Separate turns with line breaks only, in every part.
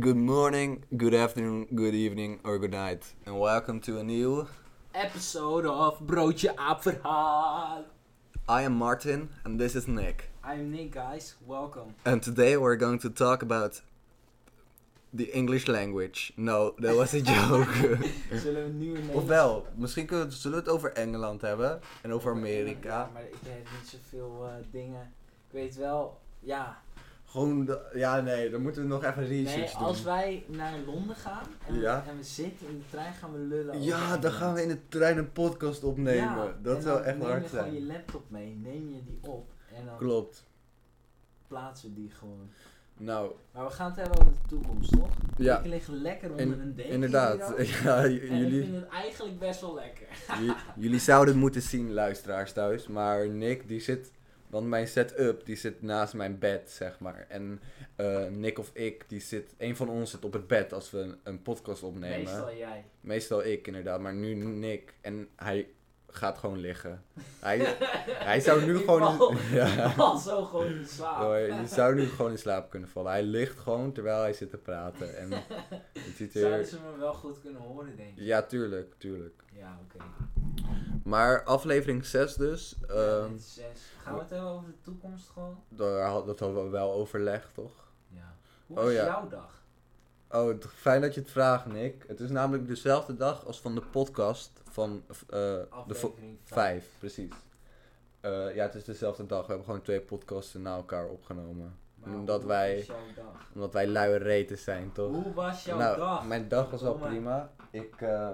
Good morning, good afternoon, good evening or good night. And welcome to a new...
episode of Broodje Aap Verhaal.
I am Martin and this is Nick.
I'm Nick, guys. Welcome.
And today we're going to talk about the English language. No, that was a joke.
Zullen we nu een
Ofwel, misschien kunnen we, het- zullen we het over Engeland hebben en over Amerika.
Ja, maar ik weet niet zoveel eh, dingen. Ik weet wel, ja.
Gewoon, de- ja nee, dan moeten we nog even
Nee,
research
als
doen.
wij naar Londen gaan en, we-
Ja.
en we zitten in de trein, gaan we lullen.
Ja, dan gaan we in de trein een podcast opnemen. dat zou echt hard
Neem je
zijn.
gewoon je laptop mee, neem je die op en dan
Klopt.
plaatsen we die gewoon.
Nou,
Maar we gaan het hebben over de toekomst, toch?
ja,
Ik lig lekker onder
in-
een deken.
inderdaad.
hier al.
Ja, j-
En ik
jullie,
vind het eigenlijk best wel lekker.
j- jullie zouden het moeten zien, luisteraars thuis. Maar Nick, die zit, want mijn setup, die zit naast mijn bed, zeg maar. En eh, Nick of ik, die zit, een van ons zit op het bed als we een, een podcast opnemen.
Meestal jij.
Meestal ik inderdaad, maar nu Nick. En hij gaat gewoon liggen. Hij, hij zou nu
Ik
gewoon.
val.
In, ja.
Al zo gewoon in slaap.
Hoor, je oh, zou nu gewoon in slaap kunnen vallen. Hij ligt gewoon terwijl hij zit te praten. En het ziet
Zouden
er.
ze me wel goed kunnen horen, denk ik.
Ja, tuurlijk, tuurlijk.
Ja, oké.
Maar aflevering 6 dus.
Ja,
ehm,
dit is zes. Gaan we het hebben over de toekomst gewoon?
daar had- dat hadden we wel overlegd, toch?
Ja. Hoe
Oh,
was
ja.
jouw dag?
Oh, t- fijn dat je het vraagt, Nick. Het is namelijk dezelfde dag als van de podcast van eh, de vo-
Aflevering 5.
Vijf, precies. Eh, ja, het is dezelfde dag. We hebben gewoon twee podcasten na elkaar opgenomen. omdat
hoe
wij-
was jouw dag?
Omdat wij luie reten zijn, toch?
Hoe was jouw
nou,
dag?
mijn dag was wel
Oh, mijn-
prima. Ik, eh,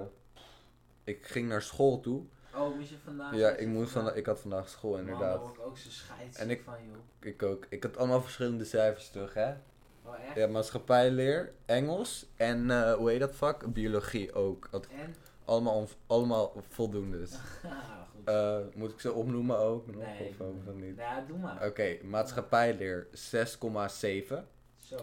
ik ging naar school toe.
Oh, moest je vandaag...
ja,
iets
ik, moest
doen?
vanda- ik had vandaag school,
Man, daar
Oh, inderdaad.
word ik ook zo scheidsziek
En ik-
van, joh.
Ik ook. Ik had allemaal verschillende cijfers terug, hè?
Oh, echt?
Ja, maatschappijleer, Engels en eh, hoe heet dat vak? Biologie ook. Dat
En?
allemaal, on- allemaal voldoendes.
Ah, goed.
Eh, moet ik ze opnoemen ook? Nog,
nee,
of ook nog niet? Eh.
Nou, doe maar.
Oké, maatschappijleer 6,7.
Zo.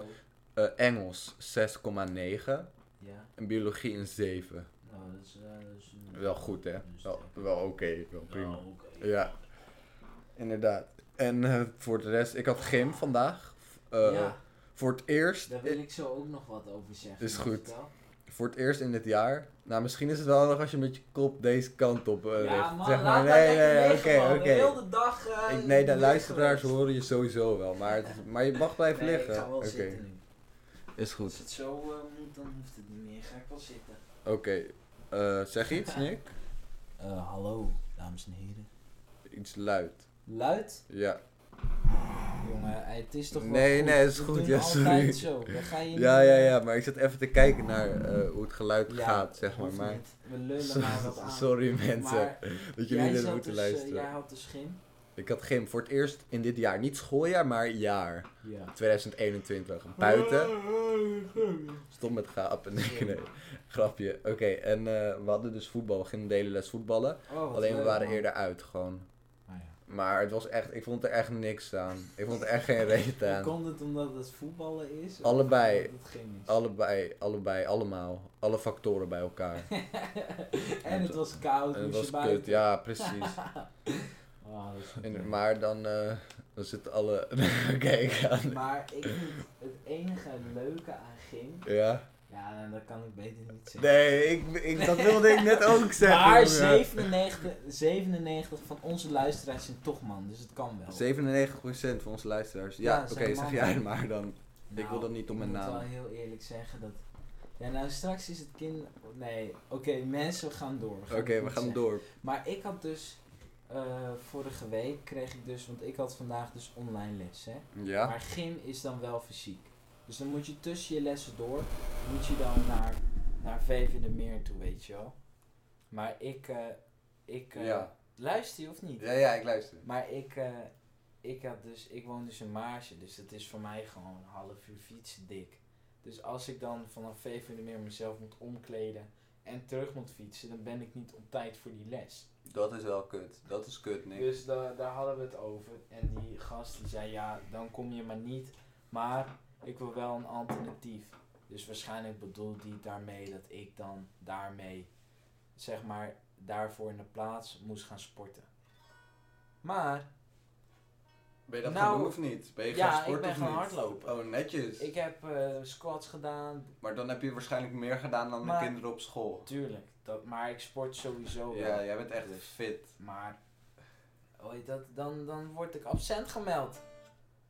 Eh, Engels 6,9
Ja.
en biologie een 7.
Nou, dat is... eh, dat is een-
Wel goed hè?
Dus,
Wel,
eh,
wel oké, wel prima.
Nou, oké.
Ja, inderdaad. En eh, voor de rest, ik had gym vandaag. Eh,
ja.
Voor het eerst.
Daar wil ik zo ook nog wat over zeggen.
eh, Is
maar
goed.
vertel.
Voor het eerst in dit jaar. Nou, misschien is het wel nog als je met je kop deze kant op eh,
ja,
richt.
man,
Zeg maar,
laat
nee,
dat
nee,
lekker
oké, oké.
De hele dag... eh,
Ik- Nee, de
weer
luisteraars
geweest.
horen je sowieso wel. Maar, het is- maar je mag blijven
Nee,
liggen.
ik ga wel
Oké,
zitten nu.
is goed.
Als het zo eh, moet, dan hoeft het niet meer. Ga ik wel zitten.
Oké, eh, zeg iets, Nick?
Eh, hallo, dames en heren.
Iets luid.
Luid?
Ja.
Jongen, eh, het is toch wel
Nee,
goed.
nee, is
We
goed,
doen
ja, sorry.
altijd zo. Dan ga je
Ja,
niet,
ja,
eh,
ja, maar ik zat even te kijken naar eh, hoe het geluid
ja,
gaat, zeg maar.
hoeft
maar
niet. We lullen maar wat aan.
Sorry mensen,
Maar
dat
jij
jullie dit
zat
moeten
dus, eh,
luisteren.
jij had de schim.
Ik had gym voor het eerst in dit jaar, niet schooljaar, maar jaar.
Ja.
2021. Buiten, stop met gapen. Nee, nee, grapje. Oké, en eh, we hadden dus voetbal, we gingen de hele les voetballen.
Oh, wat
Alleen we
leuk,
waren
man.
eerder uit gewoon.
Ah, ja.
Maar het was echt, ik vond er echt niks aan. Ik vond er echt geen reet
Hoe
aan.
Komt het omdat het voetballen is? of
Allebei.
omdat het gym is?
Allebei, allebei, allemaal. Alle factoren bij elkaar.
en het was koud,
En het
moest
was
je
kut,
buiten.
ja, precies.
Oh, dat is goed.
En- maar dan, eh dan zitten alle. Kijk aan.
Maar ik vind het enige leuke aan gym...
Ja.
Ja, nou, dat kan ik beter niet zeggen.
Nee, ik, ik, dat wilde ik net ook zeggen.
maar
jongen.
97, 97 van onze luisteraars zijn toch man, dus het kan wel.
97% van onze luisteraars. Ja,
Ja,
oké,
zijn
zeg
mannen.
jij maar dan.
Nou,
ik wil dat niet om mijn
Ik moet
naam.
wel heel eerlijk zeggen dat... Ja, nou straks is het kind... Nee, oké, mensen, we gaan door.
Oké, we gaan
door.
door.
Maar ik had dus eh, vorige week kreeg ik dus, want ik had vandaag dus online les, hè.
Ja.
Maar gym is dan wel fysiek. Dus dan moet je tussen je lessen door, moet je dan naar, naar Veve de Meer toe, weet je wel. Maar ik, eh, ik, eh,
Ja.
luister je of niet?
Ja, ja, ik luister.
Maar ik, eh, ik had dus, ik woon dus in Maarsen, dus dat is voor mij gewoon een half uur fietsen dik. Dus als ik dan vanaf Veve de Meer mezelf moet omkleden en terug moet fietsen, dan ben ik niet op tijd voor die les.
Dat is wel kut. Dat is kut,
Dus da- daar hadden we het over. En die gast die zei, ja, dan kom je maar niet. Maar ik wil wel een alternatief. Dus waarschijnlijk bedoelt hij daarmee dat ik dan daarmee, zeg maar, daarvoor in de plaats moest gaan sporten. Maar
Ben je dat
Nou,
gaan doen of niet? Ben je
ja,
gaan sporten
ik ben
of
gaan
niet?
hardlopen.
Oh, netjes.
Ik heb eh, squats gedaan,
Maar dan heb je waarschijnlijk meer gedaan dan
Maar-
de kinderen op school.
tuurlijk. Dat, maar ik sport sowieso wel.
Ja, jij bent echt fit.
Maar hoe heet dat, dan, dan word ik absent gemeld.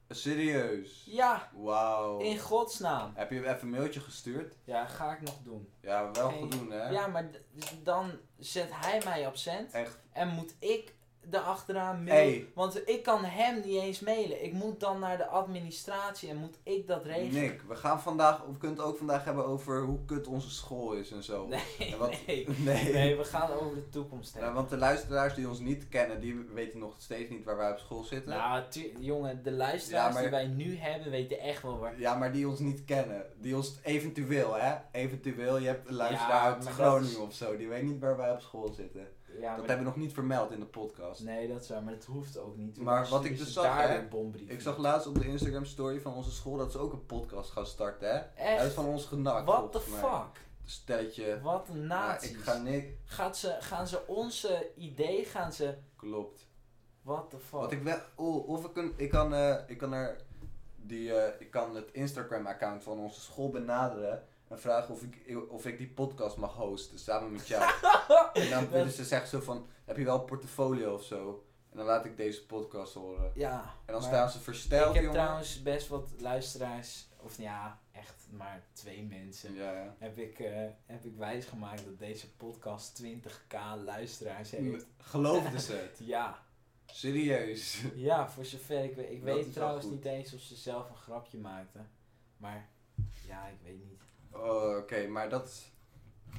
Serieus?
Ja,
Wauw.
in godsnaam.
Heb je hem even een mailtje gestuurd?
Ja, ga ik nog doen.
Ja, wel
Geen-
goed doen hè?
Ja, maar d- dus dan zet hij mij absent.
Echt.
En moet ik erachteraan mailen.
Hey,
Want ik kan hem niet eens mailen. Ik moet dan naar de administratie en moet ik dat regelen.
Nick, we gaan vandaag, we kunnen het ook vandaag hebben over hoe kut onze school is en zo.
Nee,
En wat-
nee.
nee.
Nee, we gaan over de toekomst
Nou,
hebben.
want de luisteraars die ons niet kennen, die weten nog steeds niet waar wij op school zitten.
Nou, tu- jongen, de luisteraars
Ja, maar-
die wij nu hebben weten echt wel waar.
Ja, maar die ons niet kennen. Die ons eventueel, hè? Eventueel, je hebt een
Ja,
luisteraar uit
maar
Groningen
dat is-
of zo. Die weet niet waar wij op school zitten.
Ja,
dat
maar...
hebben we nog niet vermeld in de podcast.
Nee, dat is waar, maar dat hoeft ook niet.
Maar
Anders
wat ik
is
dus
het
zag,
daar
hè,
weer bombrieven.
Ik zag laatst op de Instagram story van onze school dat ze ook een podcast gaan starten, hè? Hij is
echt.
van ons genakt.
What the
volgens mij.
fuck?
Stelletje.
Wat een
Ja,
nazi's.
ik ga Nick.
Gaat ze, gaan ze onze idee, gaan ze...
Klopt.
What the fuck?
Wat ik wel. Oh, of ik kan. Ik kan, eh, ik kan er. Die, eh, ik kan het Instagram-account van onze school benaderen. En vragen of ik, of ik die podcast mag hosten samen met jou. en dan willen ze zeggen zo van: Heb je wel een portfolio of zo? En dan laat ik deze podcast horen.
Ja.
En dan
maar-
staan ze versteld,
Ik heb
jongen.
trouwens best wat luisteraars, of ja, echt maar twee mensen.
Ja, ja.
Heb ik, eh heb ik wijsgemaakt dat deze podcast 20k luisteraars heeft.
Geloofden ze het?
Ja,
Serieus?
ja, voor zover ik weet. Ik
Dat is
weet
wel
trouwens
goed.
niet eens of ze zelf een grapje maakten. Maar ja, ik weet niet.
Oh, Oké, maar dat, is-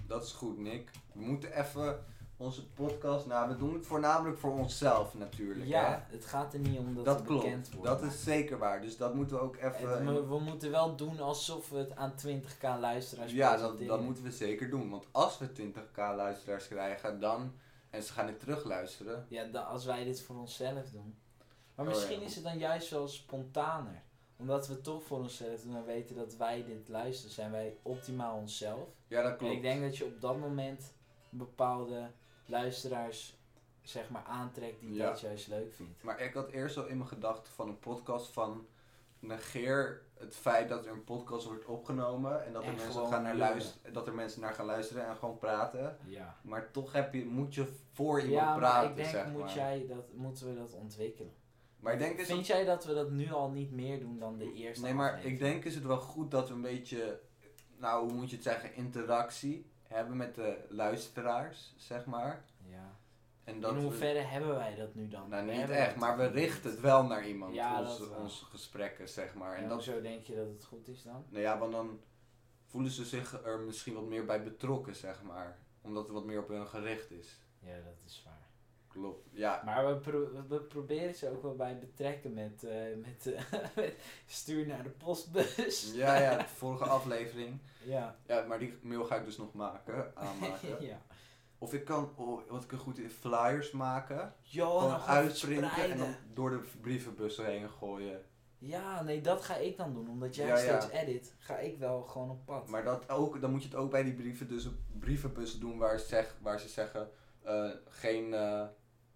dat is goed, Nick. We moeten even onze podcast. Nou, we doen het voornamelijk voor onszelf natuurlijk. hè?
Ja, het gaat er niet om dat,
Dat
we bekend
klopt.
worden.
Dat is zeker waar. Dus dat moeten we ook
Het-
even.
we, we moeten wel doen alsof we het aan 20k luisteraars
ja, dat,
presenteren.
dat moeten we zeker doen. Want als we 20k luisteraars krijgen, dan. En ze gaan dit terugluisteren.
Ja, da- als wij dit voor onszelf doen. Maar
Oh,
misschien
ja.
is het dan juist wel spontaner. Omdat we het toch voor onszelf doen en weten dat wij dit luisteren, zijn wij optimaal onszelf.
Ja, dat
En
klopt.
ik denk dat je op dat moment bepaalde luisteraars zeg maar aantrekt die
Ja.
dat juist leuk vindt.
Maar ik had eerst al in mijn gedachten van een podcast van. Negeer het feit dat er een podcast wordt opgenomen en dat er,
En
mensen
gewoon
gaan naar
lullen.
luisteren, dat er mensen naar gaan luisteren en gewoon praten.
Ja.
Maar toch heb je, moet je voor iemand
Ja, maar
praten,
ik denk
zeg
moet
maar.
jij dat, moeten we dat ontwikkelen.
Maar ik denk is
Vind
het,
jij dat we dat nu al niet meer doen dan de eerste
nee, maar ik
aflevering?
denk is het wel goed dat we een beetje, nou hoe moet je het zeggen, interactie hebben met de luisteraars, zeg maar.
Ja.
En dat
In
we-
hoeverre hebben wij dat nu dan?
nou,
We
niet
hebben
echt,
dat
maar we
nog niet.
richten het wel naar iemand,
Ja, dat
onze,
wel.
onze gesprekken, zeg maar. En
En
dat,
zo denk je dat het goed is dan?
nou ja, want dan voelen ze zich er misschien wat meer bij betrokken, zeg maar. Omdat het wat meer op hun gericht is.
Ja, dat is waar.
Klopt, ja.
Maar we, pro- we proberen ze ook wel bij betrekken met, eh, met, eh, met stuur naar de postbus.
Ja, ja, de vorige aflevering.
Ja.
Ja, maar die mail ga ik dus nog maken, aanmaken.
ja.
Of ik kan, oh, wat ik er goed in, flyers maken.
Yo,
Gewoon
Oh, dan gaan we
uitprinten en dan
verspreiden.
door de brievenbussen heen gooien.
Ja, nee, dat ga ik dan doen. Omdat jij
Ja, ja.
steeds edit, ga ik wel gewoon op pad.
Maar dat ook, dan moet je het ook bij die brieven, dus brievenbussen doen waar ze, zeg, waar ze zeggen eh, geen, eh,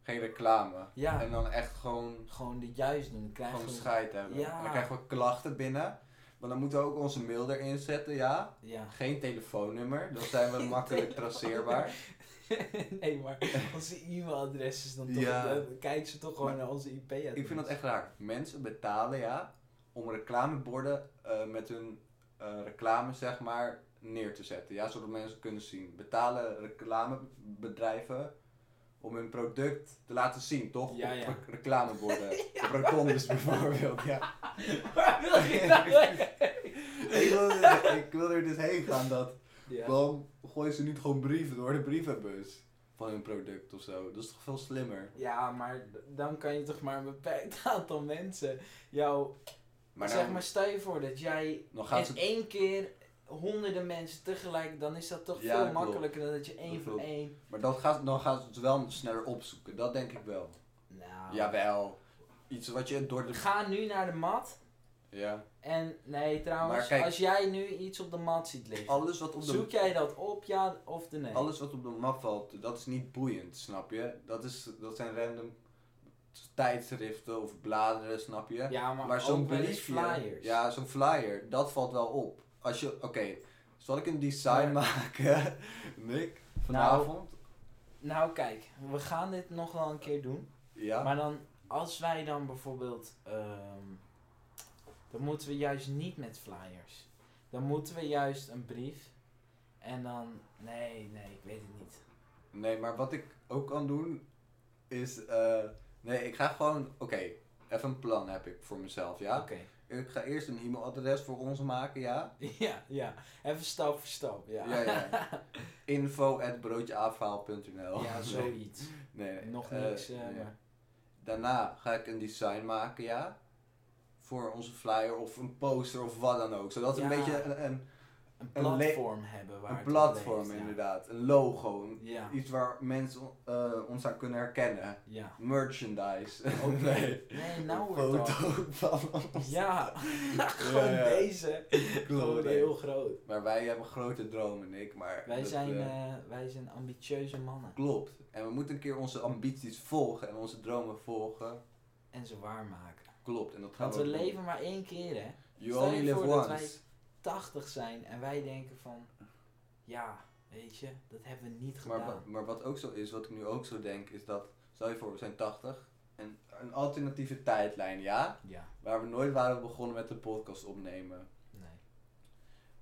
geen reclame.
ja,
En dan echt gewoon,
gewoon de juist doen. Dan krijg
gewoon
je...
scheid hebben.
Ja.
En dan krijgen we klachten binnen. Maar dan moeten we ook onze mail erin zetten, ja.
Ja.
Geen telefoonnummer, dan zijn we makkelijk traceerbaar.
nee, maar onze e-mailadres is dan toch...
Ja.
Dan kijken ze toch gewoon
Maar
naar onze IP-adres.
Ik vind dat echt raar. Mensen betalen ja om reclameborden eh, met hun eh, reclame zeg maar neer te zetten. Ja, zodat mensen kunnen zien. Betalen reclamebedrijven om hun product te laten zien, toch?
Ja,
Op
ja.
re- reclameborden. Op rotondes bijvoorbeeld, ja.
Waar wil je nou
Ik wil, er, ik wil er dus heen gaan dat...
Ja.
Waarom gooien ze niet gewoon brieven door de brievenbus van hun product of zo? Dat is toch veel slimmer?
Ja, maar d- dan kan je toch maar een beperkt aantal mensen jou...
Maar
zeg
dan,
maar, stel je voor dat jij
dan gaan
in
ze...
één keer honderden mensen tegelijk... Dan is dat toch
Ja,
veel
klopt.
makkelijker dan dat je één
Dat
voor
klopt.
één...
Maar dat gaat, dan gaan ze het wel sneller opzoeken, dat denk ik wel.
Nou,
Jawel. Iets wat je door de...
ga nu naar de mat.
Ja.
En nee, trouwens,
Maar kijk-
als jij nu iets op de mat ziet liggen...
Alles wat op de...
Zoek jij dat op, ja of de nee?
Alles wat op de map valt, dat is niet boeiend, snap je? Dat, is, dat zijn random tijdschriften of bladeren, snap je?
Ja, maar,
maar zo'n
ook wel eens
briefje.
flyers.
Ja, zo'n flyer, dat valt wel op. Als je, oké, zal ik een design
Maar-
maken, Nick, vanavond?
Nou kijk, we gaan dit nog wel een keer doen.
ja.
Maar dan, als wij dan bijvoorbeeld, ehm, dan moeten we juist niet met flyers. Dan moeten we juist een brief. En dan, nee, nee, ik weet het niet.
Nee, maar wat ik ook kan doen is. eh, nee, ik ga gewoon. Oké, even een plan heb ik voor mezelf, ja?
Oké.
Ik ga eerst een e-mailadres voor ons maken, ja?
Ja, ja. Even stap voor stap, ja.
Ja, ja. Info at broodjeaanverhaal.nl.
Ja,
Nee,
zoiets.
nee, nee.
Nog
eh,
niks, eh,
nee.
maar-
Daarna ga ik een design maken, ja? Voor onze flyer of een poster of wat dan ook. Zodat we
Ja.
een beetje een, een,
Een
Een le-
platform hebben waar
een
het op
platform
leeft, ja.
inderdaad. Een logo. een-
Ja,
Iets waar mensen eh, ons aan kunnen herkennen.
ja.
Merchandise.
Oké.
Nee.
Nee,
Een
nou wordt dat.
foto van ons.
Ja, gewoon
ja.
deze. Gewoon
nee.
heel groot.
Maar wij hebben grote dromen, Nick. Maar
Wij
dat,
zijn,
eh,
eh, wij zijn ambitieuze mannen.
klopt. En we moeten een keer onze ambities volgen en onze dromen volgen.
En ze waarmaken.
Klopt. En dat gaan we
Want we
ook doen.
leven maar één keer, hè.
You
Stel je
only live
voor dat
once.
wij- 80 zijn en wij denken van... Ja, weet je, dat hebben we niet
Maar,
gedaan.
wa- maar wat ook zo is, wat ik nu ook zo denk, is dat... Stel je voor, we zijn 80. En een alternatieve tijdlijn, ja?
Ja,
Waar we nooit waren begonnen met de podcast opnemen.
nee.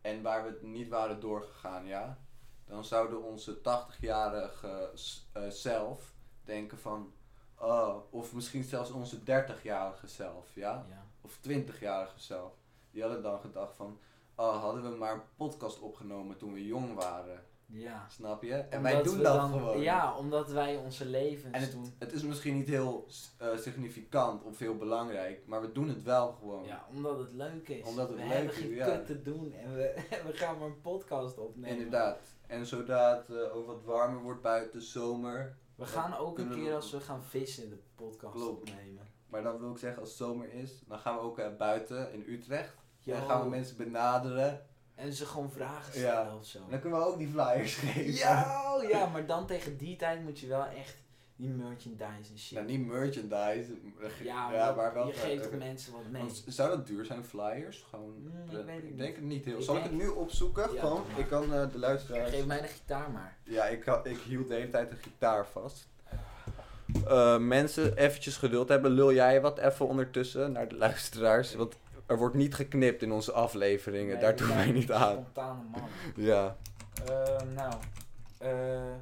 En waar we het niet waren doorgegaan, ja? Dan zouden onze 80-jarige s- eh, zelf denken van... Oh, of misschien zelfs onze 30-jarige zelf, ja?
Ja.
of 20-jarige zelf, die hadden dan gedacht van, oh, hadden we maar een podcast opgenomen toen we jong waren.
ja.
Snap je? En wij
Omdat
doen
we
dat
dan-
gewoon.
Ja, omdat wij onze levens
En
doen.
Het is misschien niet heel eh, significant of heel belangrijk, maar we doen het wel gewoon.
Ja, omdat het leuk is.
Omdat het
we
leuk
hebben
is,
geen
ja.
kut te doen en we, we gaan maar een podcast opnemen.
Inderdaad. En zodra het eh, ook wat warmer wordt buiten zomer,
We gaan ook een
Kunnen we-
keer als we gaan vissen de podcast
Klopt.
opnemen.
maar dan wil ik zeggen als zomer is, dan gaan we ook eh, buiten in Utrecht.
Ja,
Dan gaan we mensen benaderen.
En ze gewoon vragen
Ja.
stellen of zo.
En dan kunnen we ook die flyers geven.
Ja, ja, maar dan tegen die tijd moet je wel echt die merchandise en shit.
Nou, niet merchandise. eh,
ja, maar, je geeft toch mensen wat mee.
Want zou dat duur zijn, flyers? Gewoon,
Mm, ik
eh,
weet het
denk
niet.
het niet heel.
Ik
Zal ik
denk-
het nu opzoeken?
Ja,
gewoon?
doe maar.
Ik kan eh, de luisteraars...
Geef mij de gitaar maar.
Ja, ik, had- ik hield de hele tijd de gitaar vast. Eh, mensen, eventjes geduld hebben. Lul jij wat even ondertussen naar de luisteraars? Want er wordt niet geknipt in onze afleveringen.
Nee,
Daar
we
doen
zijn
wij niet aan.
Spontane man.
Ja.
Ehm, nou, eh,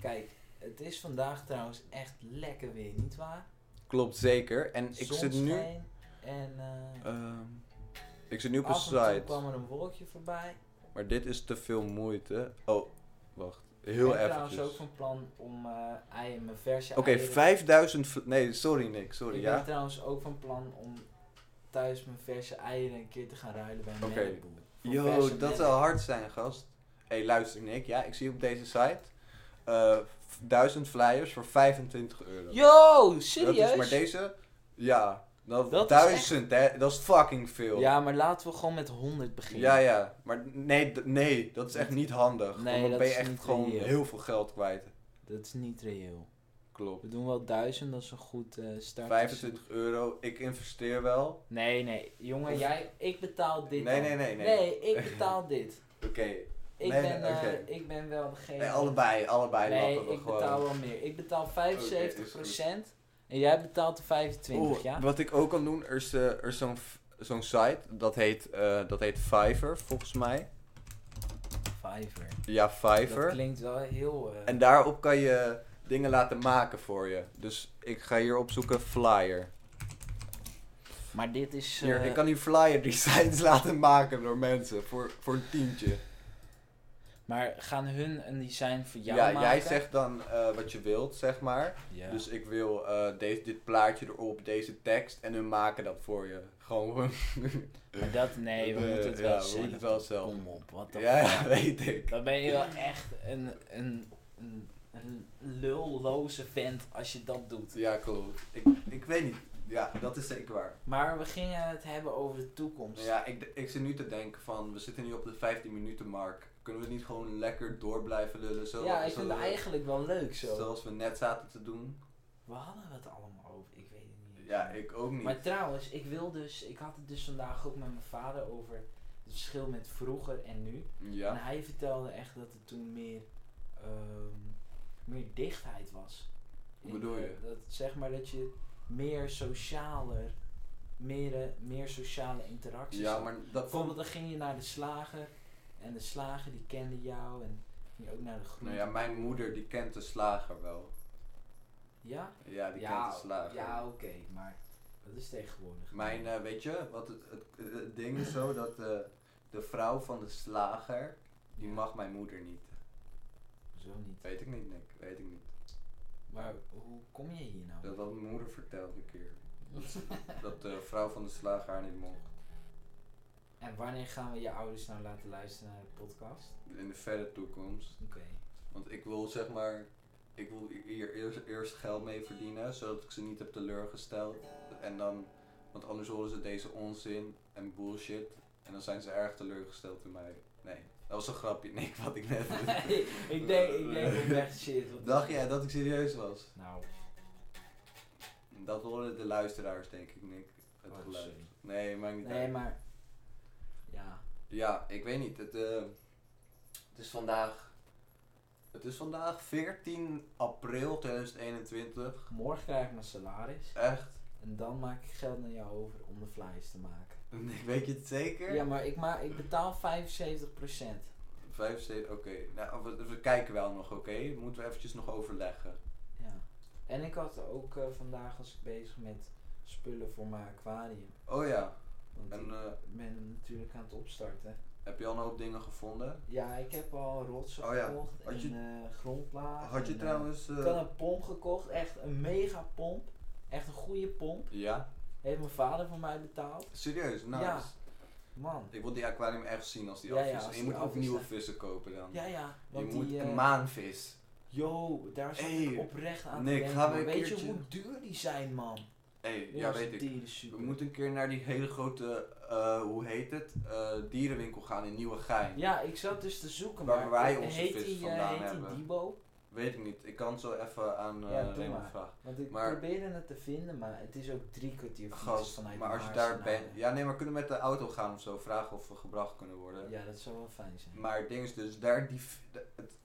kijk, het is vandaag trouwens echt lekker weer, nietwaar?
Klopt, zeker. En ik zit nu...
Zonschijn En eh,
ehm, ik zit nu op een
af en toe
site.
kwam er een wolkje voorbij.
Maar dit is te veel moeite. Oh, wacht. Heel
ik ben
eventjes.
trouwens ook van plan om eh eieren, mijn verse
Oké,
eieren...
5000... vl- Nee, sorry Nick, sorry.
Ik
ja?
ben trouwens ook van plan om thuis mijn verse eieren een keer te gaan ruilen bij een
Oké.
melkboer. Voor verse
Yo, dat
melk.
zou hard zijn, gast. Hé, hey, luister Nick, ja, ik zie op deze site eh, f- 1000 flyers voor 25 euro.
Yo,
Dat
serieus?
is maar deze, ja, dat,
Dat is
1000, hè, dat is fucking veel.
Ja, maar laten we gewoon met 100 beginnen.
ja, ja. maar nee, d- nee, dat is echt niet handig.
Nee,
want dan
dat
ben je
is
echt
niet
gewoon
reëel.
heel veel geld kwijt.
Dat is niet reëel.
Klopt.
We doen wel 1000, dat is een goed eh start.
25 euro, ik investeer wel.
Nee, nee, jongen,
Of-
jij, ik betaal dit.
Nee,
dan.
nee, nee, nee.
Nee, ik betaal dit.
Oké,
Ik,
Nee,
ben,
nee,
eh,
oké.
ik ben wel degene.
Nee, allebei, allebei
Nee,
lappen we
ik
gewoon.
betaal wel meer. Ik betaal 75%
Oké, is
en jij betaalt de 25,
Oeh,
ja?
Oh, Wat ik ook kan doen, er is, eh, er is zo'n, f- zo'n site, dat heet, eh, dat heet Fiverr, volgens mij.
Fiverr.
Ja,
Dat
Fiverr.
klinkt wel heel... eh,
En daarop kan je dingen laten maken voor je. Dus ik ga hier opzoeken flyer.
Maar dit is...
Hier,
eh,
ik kan hier flyer designs laten maken door mensen, voor, voor een tientje.
Maar gaan hun een design voor jou
ja,
maken?
jij zegt dan eh, wat je wilt, zeg maar.
Ja.
Dus ik wil eh, deze, dit plaatje erop, deze tekst, en hun maken dat voor je. Gewoon...
Maar dat, nee, we
Eh,
moeten het
ja,
wel
we
zelf.
moeten het wel
doen.
zelf.
Kom op, wat de
ja, ja,
fuck.
weet ik.
Dan ben je wel echt een, een, een, een lulloze vent als je dat doet.
Ja, klopt. Ik, ik weet niet. Ja, dat is zeker waar. Nou
Maar we gingen het hebben over de toekomst.
Ja, ik, ik zit nu te denken van, we zitten nu op de 15 minuten mark. Kunnen we niet gewoon lekker door blijven lullen? Zo,
Ja, ik
zo-
vind het eigenlijk wel leuk zo.
Zoals we net zaten te doen.
We hadden het allemaal over.
Ja, ik ook niet.
Maar trouwens, ik wil dus, ik had het dus vandaag ook met mijn vader over het verschil met vroeger en nu. En
Ja.
hij vertelde echt dat er toen meer, ehm, meer dichtheid was.
Hoe
In,
bedoel
eh,
je?
Dat, zeg maar dat je meer socialer, meer, eh, meer sociale interacties
Ja,
had.
maar dat...
Bijvoorbeeld dan ging je naar de slager en de slager die kende jou en ging je ook naar de groente.
Nou ja, mijn moeder die kent de slager wel.
ja?
Ja, die
ja,
kent de slager.
Ja, oké, maar dat is tegenwoordig.
Mijn, eh, weet je, wat het, het, het ding is zo dat eh, de vrouw van de slager, die mag mijn moeder niet.
Zo niet.
Weet ik niet, Nick. Weet ik niet.
Maar hoe kom je hier nou?
Dat had mijn moeder verteld een keer. Dat de vrouw van de slager haar niet mocht.
En wanneer gaan we je ouders nou laten luisteren naar de podcast?
In de verre toekomst.
Oké.
Want ik wil zeg maar, ik wil hier eerst, eerst geld mee verdienen, zodat ik ze niet heb teleurgesteld. En dan, want anders horen ze deze onzin en bullshit. En dan zijn ze erg teleurgesteld in mij. Nee, dat was een grapje, Nick, wat ik net...
ik denk, ik denk dat ik echt shit. wat-
Dacht jij dat ik serieus was?
Nou,
Dat horen de luisteraars, denk ik, Nick. Het
Oh,
geluid.
sorry.
Nee, maakt niet
nee,
uit.
maar. Ja.
Ja, ik weet niet. Het, eh, het is vandaag... Het is vandaag 14 april 2021.
Morgen krijg ik mijn salaris.
Echt?
En dan maak ik geld naar jou over om de flyers te maken.
Nee, Weet je het zeker?
Ja, maar ik, ma ik betaal 75%.
75, oké. Nou, we, we kijken wel nog, oké? Moeten we eventjes nog overleggen.
Ja. En ik had ook eh, vandaag was ik bezig met spullen voor mijn aquarium.
Oh ja,
Want
en
ik
eh,
ben natuurlijk aan het opstarten.
heb je al een hoop dingen gevonden?
Ja, ik heb al rotsen
Oh ja,
gekocht
had je-
en eh grondplaat.
Had je
en, eh,
trouwens... eh,
Ik had een pomp gekocht, echt een mega pomp. Echt een goede pomp.
Ja?
Heeft mijn vader voor mij betaald.
Serieus? Nice.
Ja. Man.
Ik wil die aquarium echt zien als die
Ja,
af
ja,
is. En
als
je
die
moet
af
ook
is,
nieuwe
hè.
vissen kopen dan.
Ja, ja.
je
Want
moet
die, eh,
een maanvis.
Yo, daar zat
Hey,
ik oprecht aan
Nick,
te denken.
gaan we
man.
een
weet
keertje-
je hoe duur die zijn, man?
hey, ja
Jongens,
weet ik.
die is super.
We moeten een keer naar die hele grote, eh, hoe heet het, Eh, dierenwinkel gaan in Nieuwegein.
Ja, ik zat dus te zoeken,
Waar
maar
wij
eh,
onze
heet
vis
die, eh,
vandaan
heet
hebben.
die Dibo?
Weet ik niet. Ik kan zo even aan eh
Ja, doe
Raymond
maar.
vragen.
Want ik
Maar-
probeerde het te vinden, maar het is ook drie kwartier fietsen
Gast,
vanuit
maar als je
Maarsen
daar
naar-
bent... Ja, nee, maar kunnen we met de auto gaan of zo. Vragen of we gebracht kunnen worden.
Ja, dat zou wel fijn zijn.
Maar het ding is dus, daar die... v- de- het-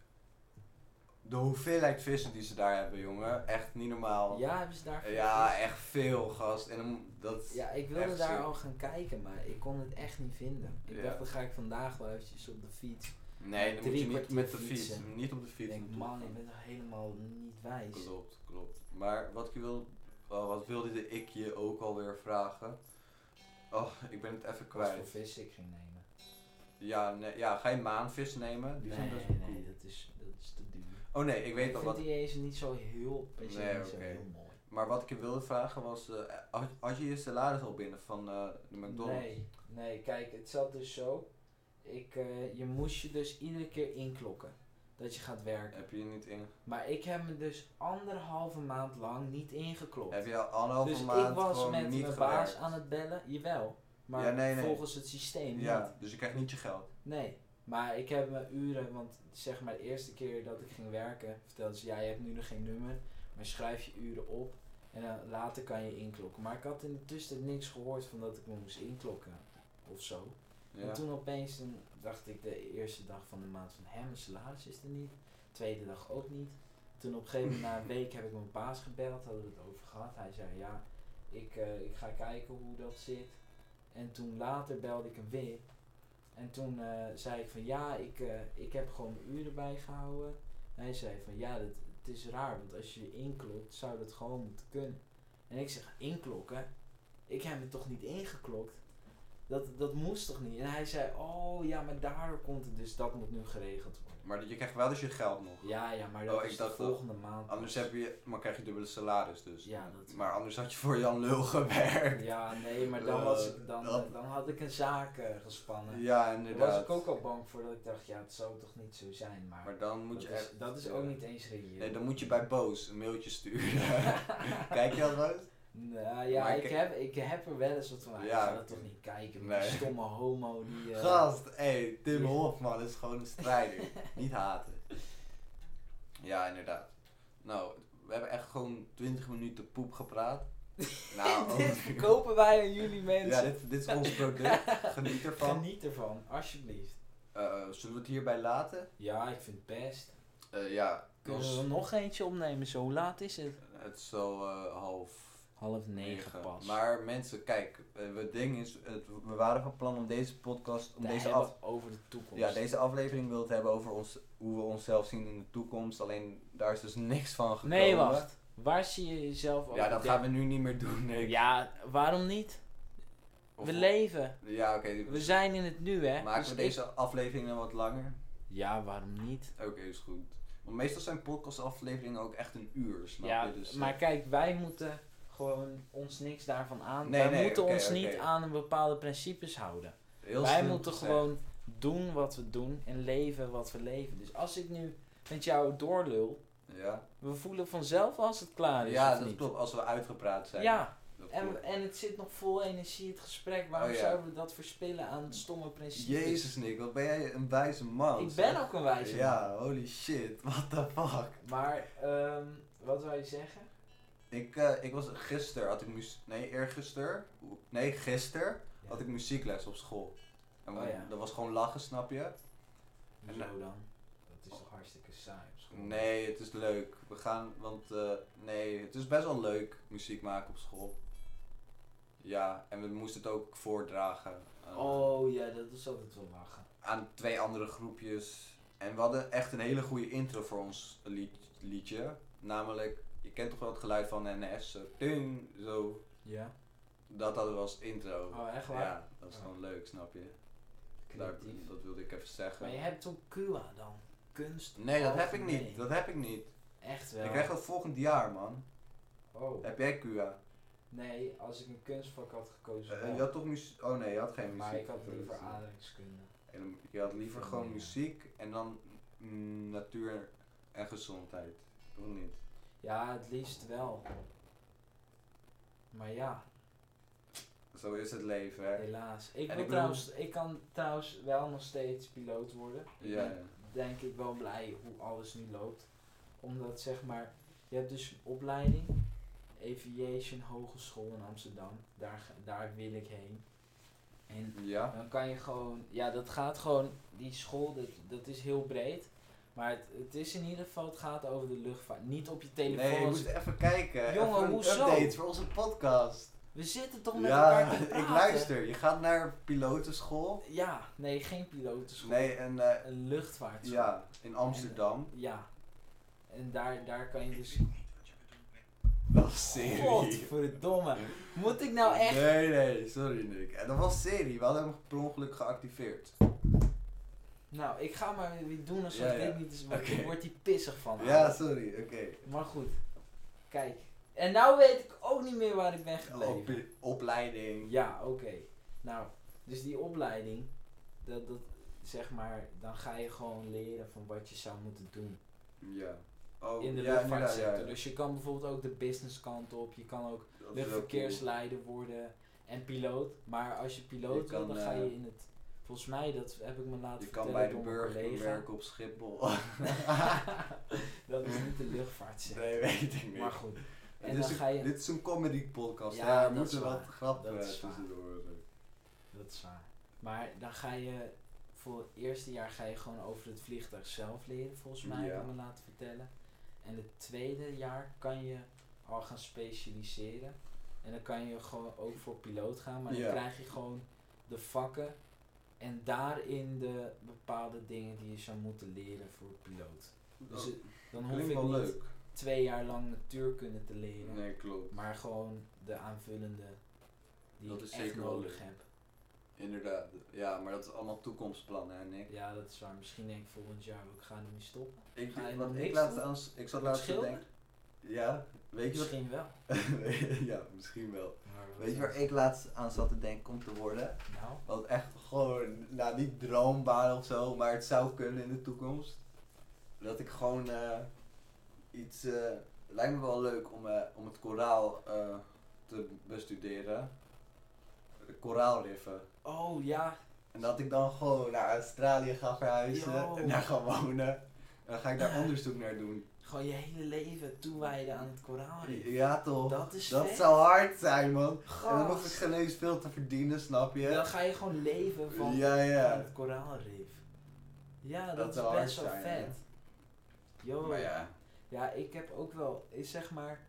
de hoeveelheid vissen die ze daar hebben, jongen. Echt niet normaal.
Ja, hebben ze daar veel vis?
Ja, echt veel, gast. En dan, dat...
Ja, ik wilde
Echt
daar
ziek.
al gaan kijken, maar ik kon het echt niet vinden. Ik
Ja.
dacht, dan ga ik vandaag wel eventjes op de fiets.
Nee, dan moet
Drie
je niet
kwartier
met de fiets.
fietsen.
Niet op de
Ik
fiets.
denk,
naartoe
man,
gaan.
ik ben toch helemaal niet wijs.
Klopt, klopt. Maar wat ik wil... oh, wat wilde de ik je ook alweer vragen? Oh, ik ben het even
Wat voor
kwijt.
vis ik ging nemen.
Ja, nee, ja, ga je maanvis nemen? Die zijn
nee,
best wel
nee,
cool.
dat is, dat is te duur.
Oh nee, ik weet
ik
al
vind
wat.
die eens niet zo heel, per se
Nee,
niet zo
oké.
heel mooi.
Maar wat ik je wilde vragen was, eh, had, had je je salaris al binnen van eh, de McDonald's?
Nee, nee, kijk, het zat dus zo. Ik, eh, je moest je dus iedere keer inklokken dat je gaat werken.
Heb je niet in?
Maar ik heb me dus anderhalve maand lang niet ingeklokt.
Heb je al anderhalve
Dus
maand
ik was
gewoon
met
niet
mijn
gewerkt?
baas aan het bellen, jawel. Maar
Ja, nee, nee.
volgens het systeem niet.
Ja, dus je krijgt niet je geld.
Nee, maar ik heb mijn uren, want zeg maar de eerste keer dat ik ging werken, vertelden ze, ja, je hebt nu nog geen nummer, maar schrijf je uren op en dan later kan je inklokken. Maar ik had in de tussentijd niks gehoord van dat ik me moest inklokken of zo. En
Ja.
toen opeens toen dacht ik de eerste dag van de maand van, hè, mijn salaris is er niet. Tweede dag ook niet. Toen op een gegeven moment na een week heb ik mijn baas gebeld, hadden we het over gehad. Hij zei, ja, ik, eh, ik ga kijken hoe dat zit. En toen later belde ik hem weer. En toen eh, zei ik van, ja, ik, eh, ik heb gewoon mijn uren bijgehouden. En hij zei van, ja, dat, het is raar, want als je je inklokt, zou dat gewoon moeten kunnen. En ik zeg, inklokken? Ik heb me toch niet ingeklokt? Dat, dat moest toch niet? En hij zei, oh ja, maar daardoor komt het, dus dat moet nu geregeld worden.
Maar dat- je krijgt wel dus je geld nog.
Ja, ja, maar dat
Oh, ik
is
dacht
de
dat-
volgende maand.
Anders
pas.
heb je, maar krijg je dubbele salaris dus.
Ja, dat...
Maar anders had je voor Jan Lul gewerkt.
Ja, nee, maar dan,
Eh,
was ik, dan,
dat-
dan had ik een zaak eh, gespannen.
Ja,
Daar
inderdaad.
was ik ook al bang voor dat ik dacht, ja, het zou toch niet zo zijn, maar...
Maar dan moet
dat,
je
is,
echt...
eh, dat is
ja.
ook niet eens reëel.
eh, Nee, dan moet je bij Boos een mailtje sturen. Kijk je dat wel?
Nou ja,
Maar
ik
ik-
heb, ik heb er wel eens wat van. Ik
Ja,
ga dat
oké.
toch niet kijken. Met
Nee.
die stomme homo die. eh,
Gast, hé, Tim
Ja.
Hofman is gewoon een strijder. Niet haten. Ja, inderdaad. Nou, we hebben echt gewoon 20 minuten poep gepraat. Nou,
dit verkopen wij aan jullie
ja,
mensen.
dit, dit is ons product. Geniet ervan.
Geniet ervan, alsjeblieft.
Eh, zullen we het hierbij laten?
Ja, ik vind het best.
Eh, ja,
Kunnen we
ons-
er nog eentje opnemen? Zo hoe laat is het?
het is al eh, half
Half negen pas.
Maar mensen, kijk, eh, het ding is, het, we waren van plan om deze podcast, om
Te
deze,
hebben
af,
over de toekomst.
ja, deze aflevering wil het hebben over ons, hoe we onszelf zien in de toekomst. Alleen daar is dus niks van gekomen.
Nee, wacht. Waar zie je jezelf over
Oh, Ja, dat
dertig-
gaan we nu niet meer doen. Nee.
Ja, waarom niet?
Of-
we leven.
Ja, oké. Dus
We zijn in het nu, hè?
Maken
Dus
we
ik-
deze aflevering dan wat langer?
Ja, waarom niet?
Oké, is goed. Want meestal zijn podcastafleveringen ook echt een uur, snap
ja,
je? Dus, eh,
maar kijk, wij moeten gewoon ons niks daarvan aan.
Nee,
wij
nee,
moeten
oké,
ons
oké.
niet aan een bepaalde principes houden.
heel
wij
slim
moeten
gezegd.
gewoon doen wat we doen en leven wat we leven. Dus als ik nu met jou doorlul,
Ja,
we voelen vanzelf als het klaar Nou, dus is.
ja
of
dat
niet?
klopt. Als we uitgepraat zijn.
Ja,
Dat klopt.
en, en het zit nog vol energie, het gesprek. Waarom
Oh, ja.
zouden we dat verspillen aan stomme principes? Dus
Jezus, Nick, wat ben jij een wijze man.
Ik
zeg.
ben ook een wijze man.
Ja, holy shit, what the fuck.
Maar, ehm, wat zou je zeggen?
Ik, eh, ik was gisteren, had ik muziek. Nee, eergisteren. Oeh, Nee, gisteren
Ja.
had ik muziekles op school. En
Oh,
we-
ja.
dat was gewoon lachen, snap je?
Hoezo nou dan? Dat is toch hartstikke saai op school?
Nee, het is leuk. We gaan, want eh, nee, het is best wel leuk muziek maken op school. Ja, en we moesten het ook voordragen aan,
Oh ja, dat is altijd wel lachen.
aan twee andere groepjes. En we hadden echt een hele goede intro voor ons lied, liedje. Namelijk, je kent toch wel het geluid van NS, zo ting, zo.
Ja?
Dat hadden we als intro.
Oh, echt waar?
Ja, dat is gewoon leuk, snap je? Daar,
Creatief.
dat wilde ik even zeggen.
Maar je hebt Oh, toch QA dan? Kunst?
Nee, dat heb ik
algemeen.
niet. Dat heb ik niet.
Echt wel.
Ik krijg dat volgend jaar, man.
Oh.
Heb jij QA?
Nee, als ik een kunstvak had gekozen.
Eh,
wel.
je had toch muziek? Oh nee, je had geen muziek.
maar ik had liever aardrijkskunde.
En dan- Je had liever gewoon
Ja.
muziek en dan mm, natuur en gezondheid. Of niet?
Ja, het liefst wel. Maar ja,
Zo is het leven, hè?
helaas. Ik,
ik
wil
bedoel-
trouwens, ik kan trouwens wel nog steeds piloot worden. Ik
Ja,
ben
ja.
denk ik wel blij hoe alles nu loopt. Omdat zeg maar, je hebt dus een opleiding, Aviation Hogeschool in Amsterdam. Daar, ga- daar wil ik heen. En
Ja?
dan kan je gewoon, ja, dat gaat gewoon, die school, dat, dat is heel breed. Maar het, het is in ieder geval, het gaat over de luchtvaart. Niet op je telefoon.
Nee, je moet even kijken.
Jongen,
even een
hoezo?
update voor onze podcast.
We zitten toch met
Ja,
elkaar te praten.
ik luister. Je gaat naar pilotenschool.
Ja, nee, geen pilotenschool.
Nee, en eh,
Een luchtvaartschool.
ja, in Amsterdam.
Ja. En daar, daar kan je dus
Dat was serie.
Godverdomme. Moet ik nou echt...
Nee, nee, sorry Nick. En dat was serie. We hadden hem per ongeluk geactiveerd.
Nou, ik ga maar weer doen alsof
Ja, ja.
dit niet is, want
Oké.
ik word hier pissig van.
Ja, sorry. Oké.
Maar goed, kijk. En nou weet ik ook niet meer waar ik
Oh,
ben gebleven.
Op- opleiding.
ja, oké. Nou, dus die opleiding, dat, dat, zeg maar, dan ga je gewoon leren van wat je zou moeten doen
Ja. Oh,
in de
ja,
luchtvaartsector.
inderdaad, ja, ja.
Dus je kan bijvoorbeeld ook de business kant op, je kan ook
Dat is wel
luchtverkeersleider worden en piloot. Maar als je piloot
Je
wil,
kan,
dan ga je
eh,
in het. Volgens mij, dat heb ik me
cool.
laten
Je kan
vertellen
bij de
door mijn
burger
collega.
werken op Schiphol.
dat is niet de luchtvaartsector.
nee, weet ik niet.
Maar goed, en
dit, is
dan
een,
ga je-
dit is een comedy podcast.
Ja,
Ja,
dat
we moeten
is
wat
waar.
grappen
Dat is waar. Dus
tussendoor.
dat is waar. Maar dan ga je voor het eerste jaar ga je gewoon over het vliegtuig zelf leren, volgens mij,
Ja.
heb ik me laten vertellen. En het tweede jaar kan je al gaan specialiseren. En dan kan je gewoon ook voor piloot gaan, maar
Ja.
dan krijg je gewoon de vakken en daarin de bepaalde dingen die je zou moeten leren voor piloot. Dus
Dat
het- dan hoef
Oh. klinkt
ik
wel
niet
leuk.
twee jaar lang natuurkunde te leren.
Nee, klopt.
Maar gewoon de aanvullende die
Dat
ik
is
echt
zeker wel
nodig
leuk.
heb.
Inderdaad. Ja, maar dat is allemaal toekomstplannen, hè, Nick?
Ja, dat is waar. Misschien denk ik volgend jaar ook gaan we niet stoppen.
Ik,
Ga je
want
nog
ik,
niks
laatst
doen?
aan, ik zat
Moet
laatst te
schilderen?
denken. Ja, weet je wat
Misschien wel.
ja, misschien wel.
Maar wat
Weet je
dan?
waar ik laatst aan zat te denken om te worden?
Nou,
Wat echt gewoon, nou niet droombaar of zo, maar het zou kunnen in de toekomst. Dat ik gewoon eh, iets, eh, lijkt me wel leuk om, eh, om het koraal eh, te bestuderen. De Koraalriffen.
oh ja.
En dat ik dan gewoon naar Australië ga verhuizen
Yo.
en daar ga wonen. En dan ga ik daar onderzoek naar doen.
Gewoon je hele leven toewijden aan het koraalrif.
Ja toch? Dat,
Dat is vet.
zou hard zijn man. En dan hoef ik
Gast.
geen eens veel te verdienen, snap je?
Dan ga je gewoon leven van
ja,
van
ja.
het koraalrif. Ja, dat,
Dat zou
is
hard
best wel
zijn,
vet. Yo.
Maar ja.
Ja, ik heb ook wel, is zeg maar,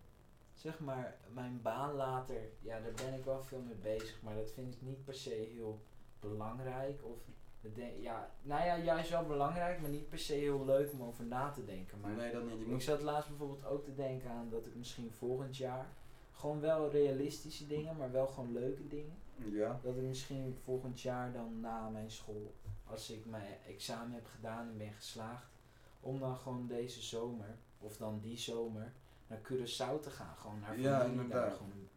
zeg maar, mijn baan later, ja, daar ben ik wel veel mee bezig, maar dat vind ik niet per se heel belangrijk. Of, dat denk- ja, nou ja, juist wel belangrijk, maar niet per se heel leuk om over na te denken. Maar
Nee, dat niet. Je
ik
moet...
zat laatst bijvoorbeeld ook te denken aan dat ik misschien volgend jaar, gewoon wel realistische dingen, maar wel gewoon leuke dingen.
Ja.
Dat ik misschien volgend jaar dan na mijn school, als ik mijn examen heb gedaan en ben geslaagd, om dan gewoon deze zomer, of dan die zomer, naar Curaçao te gaan. Gewoon naar
Ja,
familie daar
inderdaad.
gewoon een,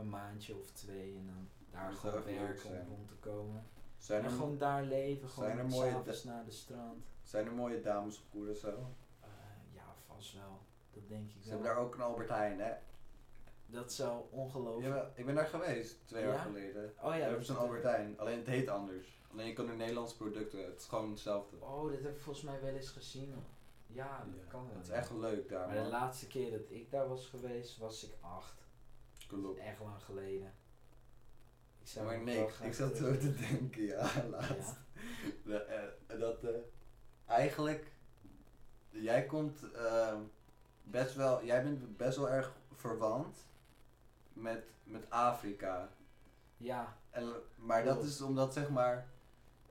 een maandje of twee en dan daar
Dat
gewoon
zou echt leuk
werken om
zijn.
rond te komen. En
Zijn er,
gewoon daar leven,
zijn er
gewoon
mooie
s'avonds naar de strand.
zijn er mooie dames op Curaçao?
Eh, ja, vast wel. Dat denk ik
Ze
wel.
hebben daar ook een Albert Heijn, hè?
Dat zou ongelooflijk...
Ja, ik ben daar geweest, twee
Ja?
jaar geleden.
Oh ja,
daar
dat-
hebben ze een Albert Heijn, alleen het heet anders. Alleen je kan nu Nederlandse producten, het is gewoon hetzelfde.
Oh, dat heb ik volgens mij wel eens gezien. Ja, dat kan wel.
Het is
ja.
echt leuk daar,
Maar de
man.
laatste keer dat ik daar was geweest, was ik acht. Dat
Klopt.
is echt lang geleden. Ik
Ja,
zou
maar
ook wel
nee,
graag
ik zat zo
terug.
te denken, ja, laatst. De- eh, dat eh, eigenlijk, jij komt eh, best wel, jij bent best wel erg verwant met, met Afrika.
Ja,
En, maar dat
Klopt.
is omdat, zeg maar,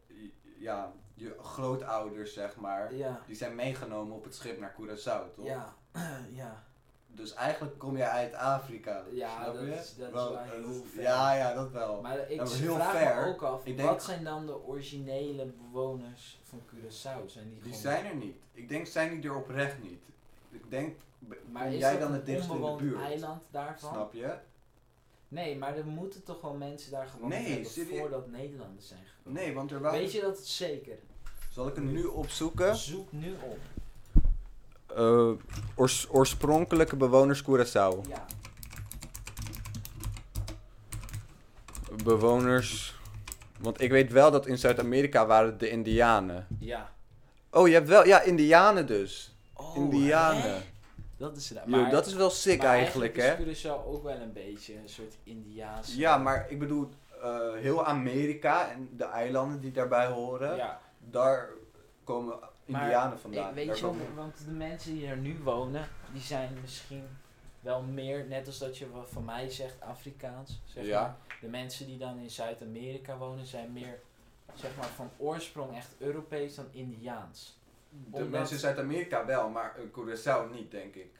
j- ja, je grootouders, zeg maar,
ja,
die zijn meegenomen op het schip naar Curaçao, toch?
ja, ja.
Dus eigenlijk kom jij uit Afrika.
Ja,
snap
dat
je?
is- dat
Want
is wel
het
heel ver.
Ja, Oh. ja, dat wel.
Maar ik
dat is heel
vraag
ver.
me ook af,
Ik denk-
wat zijn dan de originele bewoners van Curaçao? Zijn die,
Die
gewoon-
zijn er niet. Ik denk, zijn die er oprecht niet. Ik denk, b-
maar
kom
is
jij
dat
dan
een
het dichtst in de
onbewoond
buurt?
eiland daarvan?
Snap je?
Nee, maar er moeten toch wel mensen daar gewoond
Nee,
hebben
serieus.
voordat Nederlanders zijn gekomen.
Nee, want er waren...
Weet je dat zeker?
Zal ik hem nu opzoeken?
Zoek nu op.
eh, oorspronkelijke bewoners Curaçao.
Ja,
Bewoners... Want ik weet wel dat in Zuid-Amerika waren het de indianen.
ja.
Oh, je hebt wel... Ja, indianen dus.
Oh,
indianen.
hè? Dat is raar.
Yo,
Maar-
dat is wel sick
Maar
eigenlijk, hè?
is Curaçao ook wel een beetje een soort Indiaanse...
Ja, maar ik bedoel, eh, heel Amerika en de eilanden die daarbij horen,
Ja,
daar komen
Maar
Indianen
ik
vandaan.
weet
Daar
je,
komen-
wel, want de mensen die er nu wonen, die zijn misschien wel meer, net als dat je wat van mij zegt, Afrikaans. Zeg
Ja.
maar. De mensen die dan in Zuid-Amerika wonen, zijn meer, zeg maar, van oorsprong echt Europees dan Indiaans.
De
Omdat-
mensen in Zuid-Amerika wel, maar in Curaçao niet, denk ik.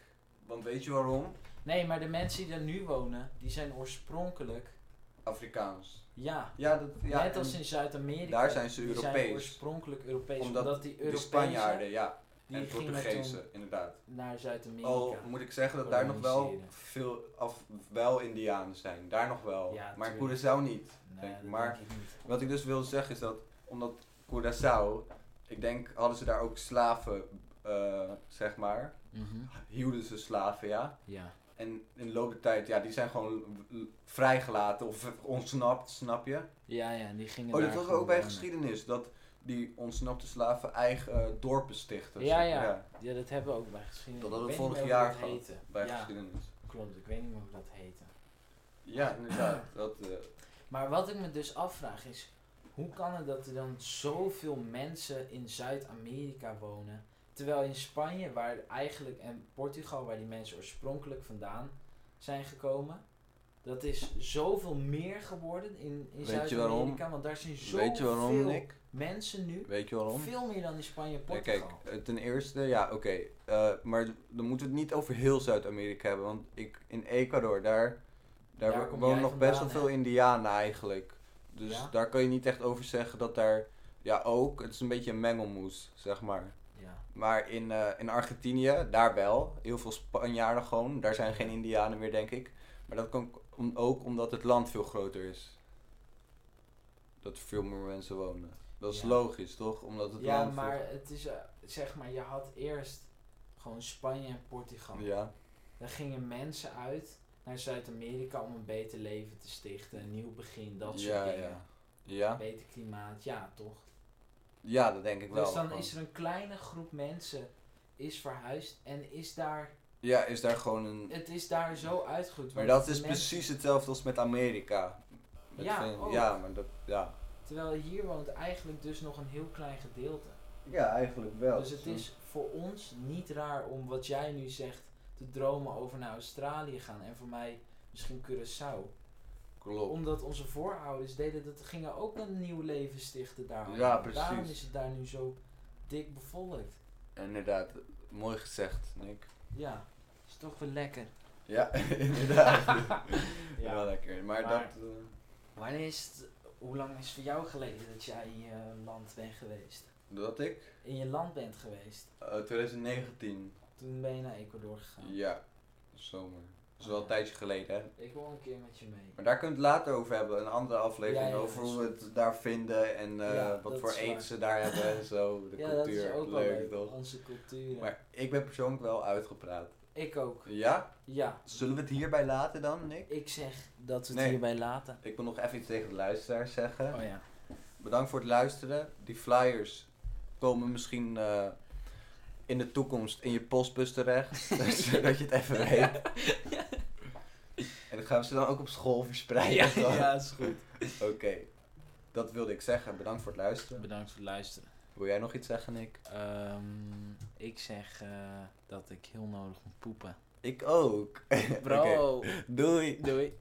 Want weet je waarom?
Nee, maar de mensen die er nu wonen, die zijn oorspronkelijk,
Afrikaans.
ja,
Ja, dat, ja
net als
en
in Zuid-Amerika.
daar zijn ze
die zijn
Europees.
oorspronkelijk Europees, omdat,
Omdat
die
De
Europezen
Spanjaarden, ja.
die
En
gingen toen
Portugezen, inderdaad.
naar Zuid-Amerika.
Al moet ik zeggen dat daar nog wel
Koloniseren.
veel af, wel Indianen zijn. Daar nog wel.
Ja,
maar in
tuurlijk.
Curaçao niet.
Nee,
denk ik.
dat
Maar-
denk ik niet.
Wat ik dus wil zeggen is dat, omdat Curaçao, ik denk hadden ze daar ook slaven, eh, zeg maar.
Mhm.
Hielden ze slaven, ja.
Ja.
En in de loop der tijd, ja, die zijn gewoon l- l- vrijgelaten of ontsnapt, snap je?
Ja, ja, die gingen
Oh,
daar
dat was
gewoon
ook bij
wonen.
geschiedenis, dat die ontsnapte slaven eigen eh, dorpen stichten.
Ja,
zeg
ja.
maar.
Ja, dat hebben we ook bij geschiedenis.
Dat
Ik
hadden we
weet
vorig
niet meer hoe
jaar
dat
gehad,
heette.
bij
ja,
geschiedenis.
klopt. Ik weet niet meer hoe dat heette.
Ja, inderdaad. Dat, eh,
Maar wat ik me dus afvraag is... Hoe kan het dat er dan zoveel mensen in Zuid-Amerika wonen... Terwijl in Spanje, waar eigenlijk... En Portugal, waar die mensen oorspronkelijk vandaan zijn gekomen... Dat is zoveel meer geworden in, in
Weet je waarom?
Zuid-Amerika. Want daar zijn zoveel
Weet je waarom, Nick?
mensen nu...
Weet je waarom?
Veel meer dan in Spanje en
Ja,
Portugal.
kijk, eh, ten eerste, ja, oké. eh, maar dan moeten we het niet over heel Zuid-Amerika hebben. Want ik, in Ecuador, daar, daar,
Daar kom
wonen
jij
nog best wel
vandaan,
veel Indianen eigenlijk. Dus
Ja?
daar kan je niet echt over zeggen dat daar... Ja, ook. Het is een beetje een mengelmoes, zeg maar.
Ja.
Maar in, eh, in Argentinië, daar wel. Heel veel Spanjaarden gewoon. Daar zijn geen Indianen meer, denk ik. Maar dat kan om- ook omdat het land veel groter is. Dat er veel meer mensen wonen. Dat is
Ja.
logisch, toch? Omdat het
Ja,
land veel
maar het is, eh, zeg maar, je had eerst gewoon Spanje en Portugal.
Ja,
Daar gingen mensen uit naar Zuid-Amerika om een beter leven te stichten, een nieuw begin, dat soort
ja,
dingen.
ja. Ja?
Beter klimaat, ja toch?
ja, dat denk ik wel.
dus dan
gewoon.
is er een kleine groep mensen is verhuisd en is daar,
Ja, is daar gewoon een...
het is daar zo uitgegroeid.
Maar
want
dat is
de mensen-
precies hetzelfde als met Amerika. Met
Ja,
Vin-
ook.
ja, maar dat... Ja,
Terwijl hier woont eigenlijk dus nog een heel klein gedeelte.
Ja, eigenlijk wel.
Dus het is voor ons niet raar om wat jij nu zegt te dromen over naar Australië gaan en voor mij misschien Curaçao.
klopt.
Omdat onze voorouders deden dat, gingen ook een nieuw leven stichten daar.
Ja,
Daarom
precies.
is het daar nu zo dik bevolkt.
Inderdaad, mooi gezegd, Nick.
Ja, is toch wel lekker.
Ja, inderdaad.
Ja.
Wel lekker. Maar,
Maar-
dat... eh,
Wanneer is het, hoe lang is het voor jou geleden dat jij in je land bent geweest?
dat ik?
In je land bent geweest.
Eh, 2019.
Toen ben je naar Ecuador gegaan.
Ja, zomer. Dat is wel een
Ja.
tijdje geleden, hè?
Ik wil een keer met je mee.
Maar daar kunnen we het later over hebben. Een andere aflevering
Ja, ja,
over
dat is
hoe we het daar vinden en eh,
Ja,
wat
dat
voor
is waar.
eten ze daar hebben en zo. De
ja, dat
cultuur.
is ook wel
leuk,
leuk.
toch?
Onze cultuur.
Maar ik ben persoonlijk wel uitgepraat.
Ik ook.
Ja?
Ja,
Zullen we het hierbij laten dan, Nick?
ik zeg dat we het
Nee.
hierbij laten.
Ik wil nog even iets tegen de luisteraars zeggen.
Oh ja.
Bedankt voor het luisteren. Die flyers komen misschien eh, in de toekomst in je postbus terecht. zodat je het even weet. En dan gaan we ze dan ook op school verspreiden. toch?
ja, is goed.
Oké. Dat wilde ik zeggen. Bedankt voor het luisteren.
Bedankt voor het luisteren.
Wil jij nog iets zeggen, Nick?
Ehm, ik zeg eh, dat ik heel nodig moet poepen.
Ik ook. Oké,
Bro,
Doei.
doei.